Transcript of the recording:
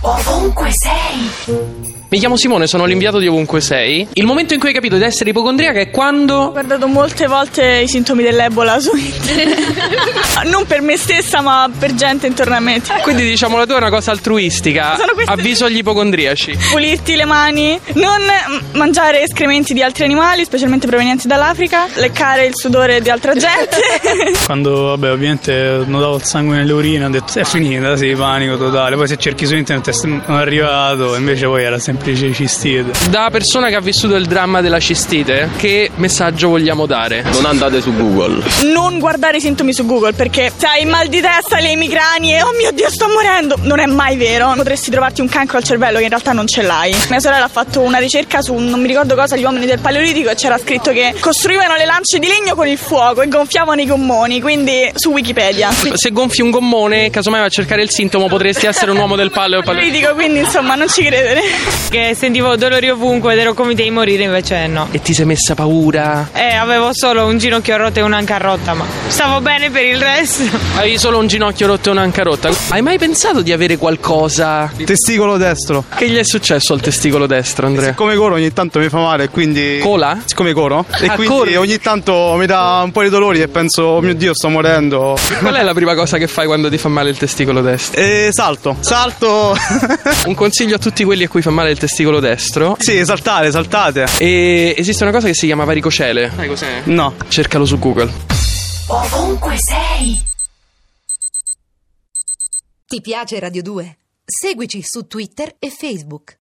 Ovunque sei, Mi chiamo Simone, sono l'inviato di Ovunque Sei. Il momento in cui hai capito di essere ipocondriaca è Ho quando... guardato molte volte i sintomi dell'Ebola su internet. non per me stessa, ma per gente intorno a me. Quindi diciamo la tua è una cosa altruistica. Sono queste- Avviso gli ipocondriaci. Pulirti le mani, non mm, mangiare escrementi di altri animali, specialmente provenienti dall'Africa, leccare il sudore di altra gente. Quando, vabbè, ovviamente notavo il sangue nelle urine, ho detto è finita, sì, panico totale. Poi se cerchi su internet è sem- non è arrivato, invece poi era semplice cistite. Da persona che ha vissuto il dramma della cistite, che messaggio vogliamo dare? Non andate su Google. non guardare i sintomi su Google perché se hai mal di testa, le emicranie oh mio Dio sto morendo, non è mai vero. Potresti trovarti un cancro al cervello che in realtà non ce l'hai. Mia sorella ha fatto una ricerca su non mi ricordo cosa, gli uomini del Paleolitico e c'era scritto che costruivano le lance di legno con il fuoco e gonfiavano i gommoni, quindi su Wikipedia. Se gonfi un gommone, casomai va a cercare il sintomo, potresti essere un uomo del paleo. Paleolitico, quindi insomma non ci credere. Che sentivo dolori ovunque ed ero convinta di morire, invece no. E ti sei messa paura? Eh, avevo solo un ginocchio rotto e un'anca rotta, ma stavo bene per il resto. Hai solo un ginocchio rotto e un'anca rotta. Hai mai pensato di avere qualcosa? Testicolo destro. Che gli è successo al testicolo destro, Andrea? Eh, Siccome coro ogni tanto mi fa male, quindi. Cola? Siccome coro? E Ah, quindi corri. ogni tanto mi dà un po' di dolori e penso, oh mio dio, sto morendo. Qual è la prima cosa che fai quando ti fa male il testicolo destro? E salto, salto. Un consiglio a tutti quelli a cui fa male il testicolo destro. sì, saltare, saltate. E esiste una cosa che si chiama varicocele. No. Cercalo su Google. ovunque sei. Ti piace Radio 2? Seguici su Twitter e Facebook.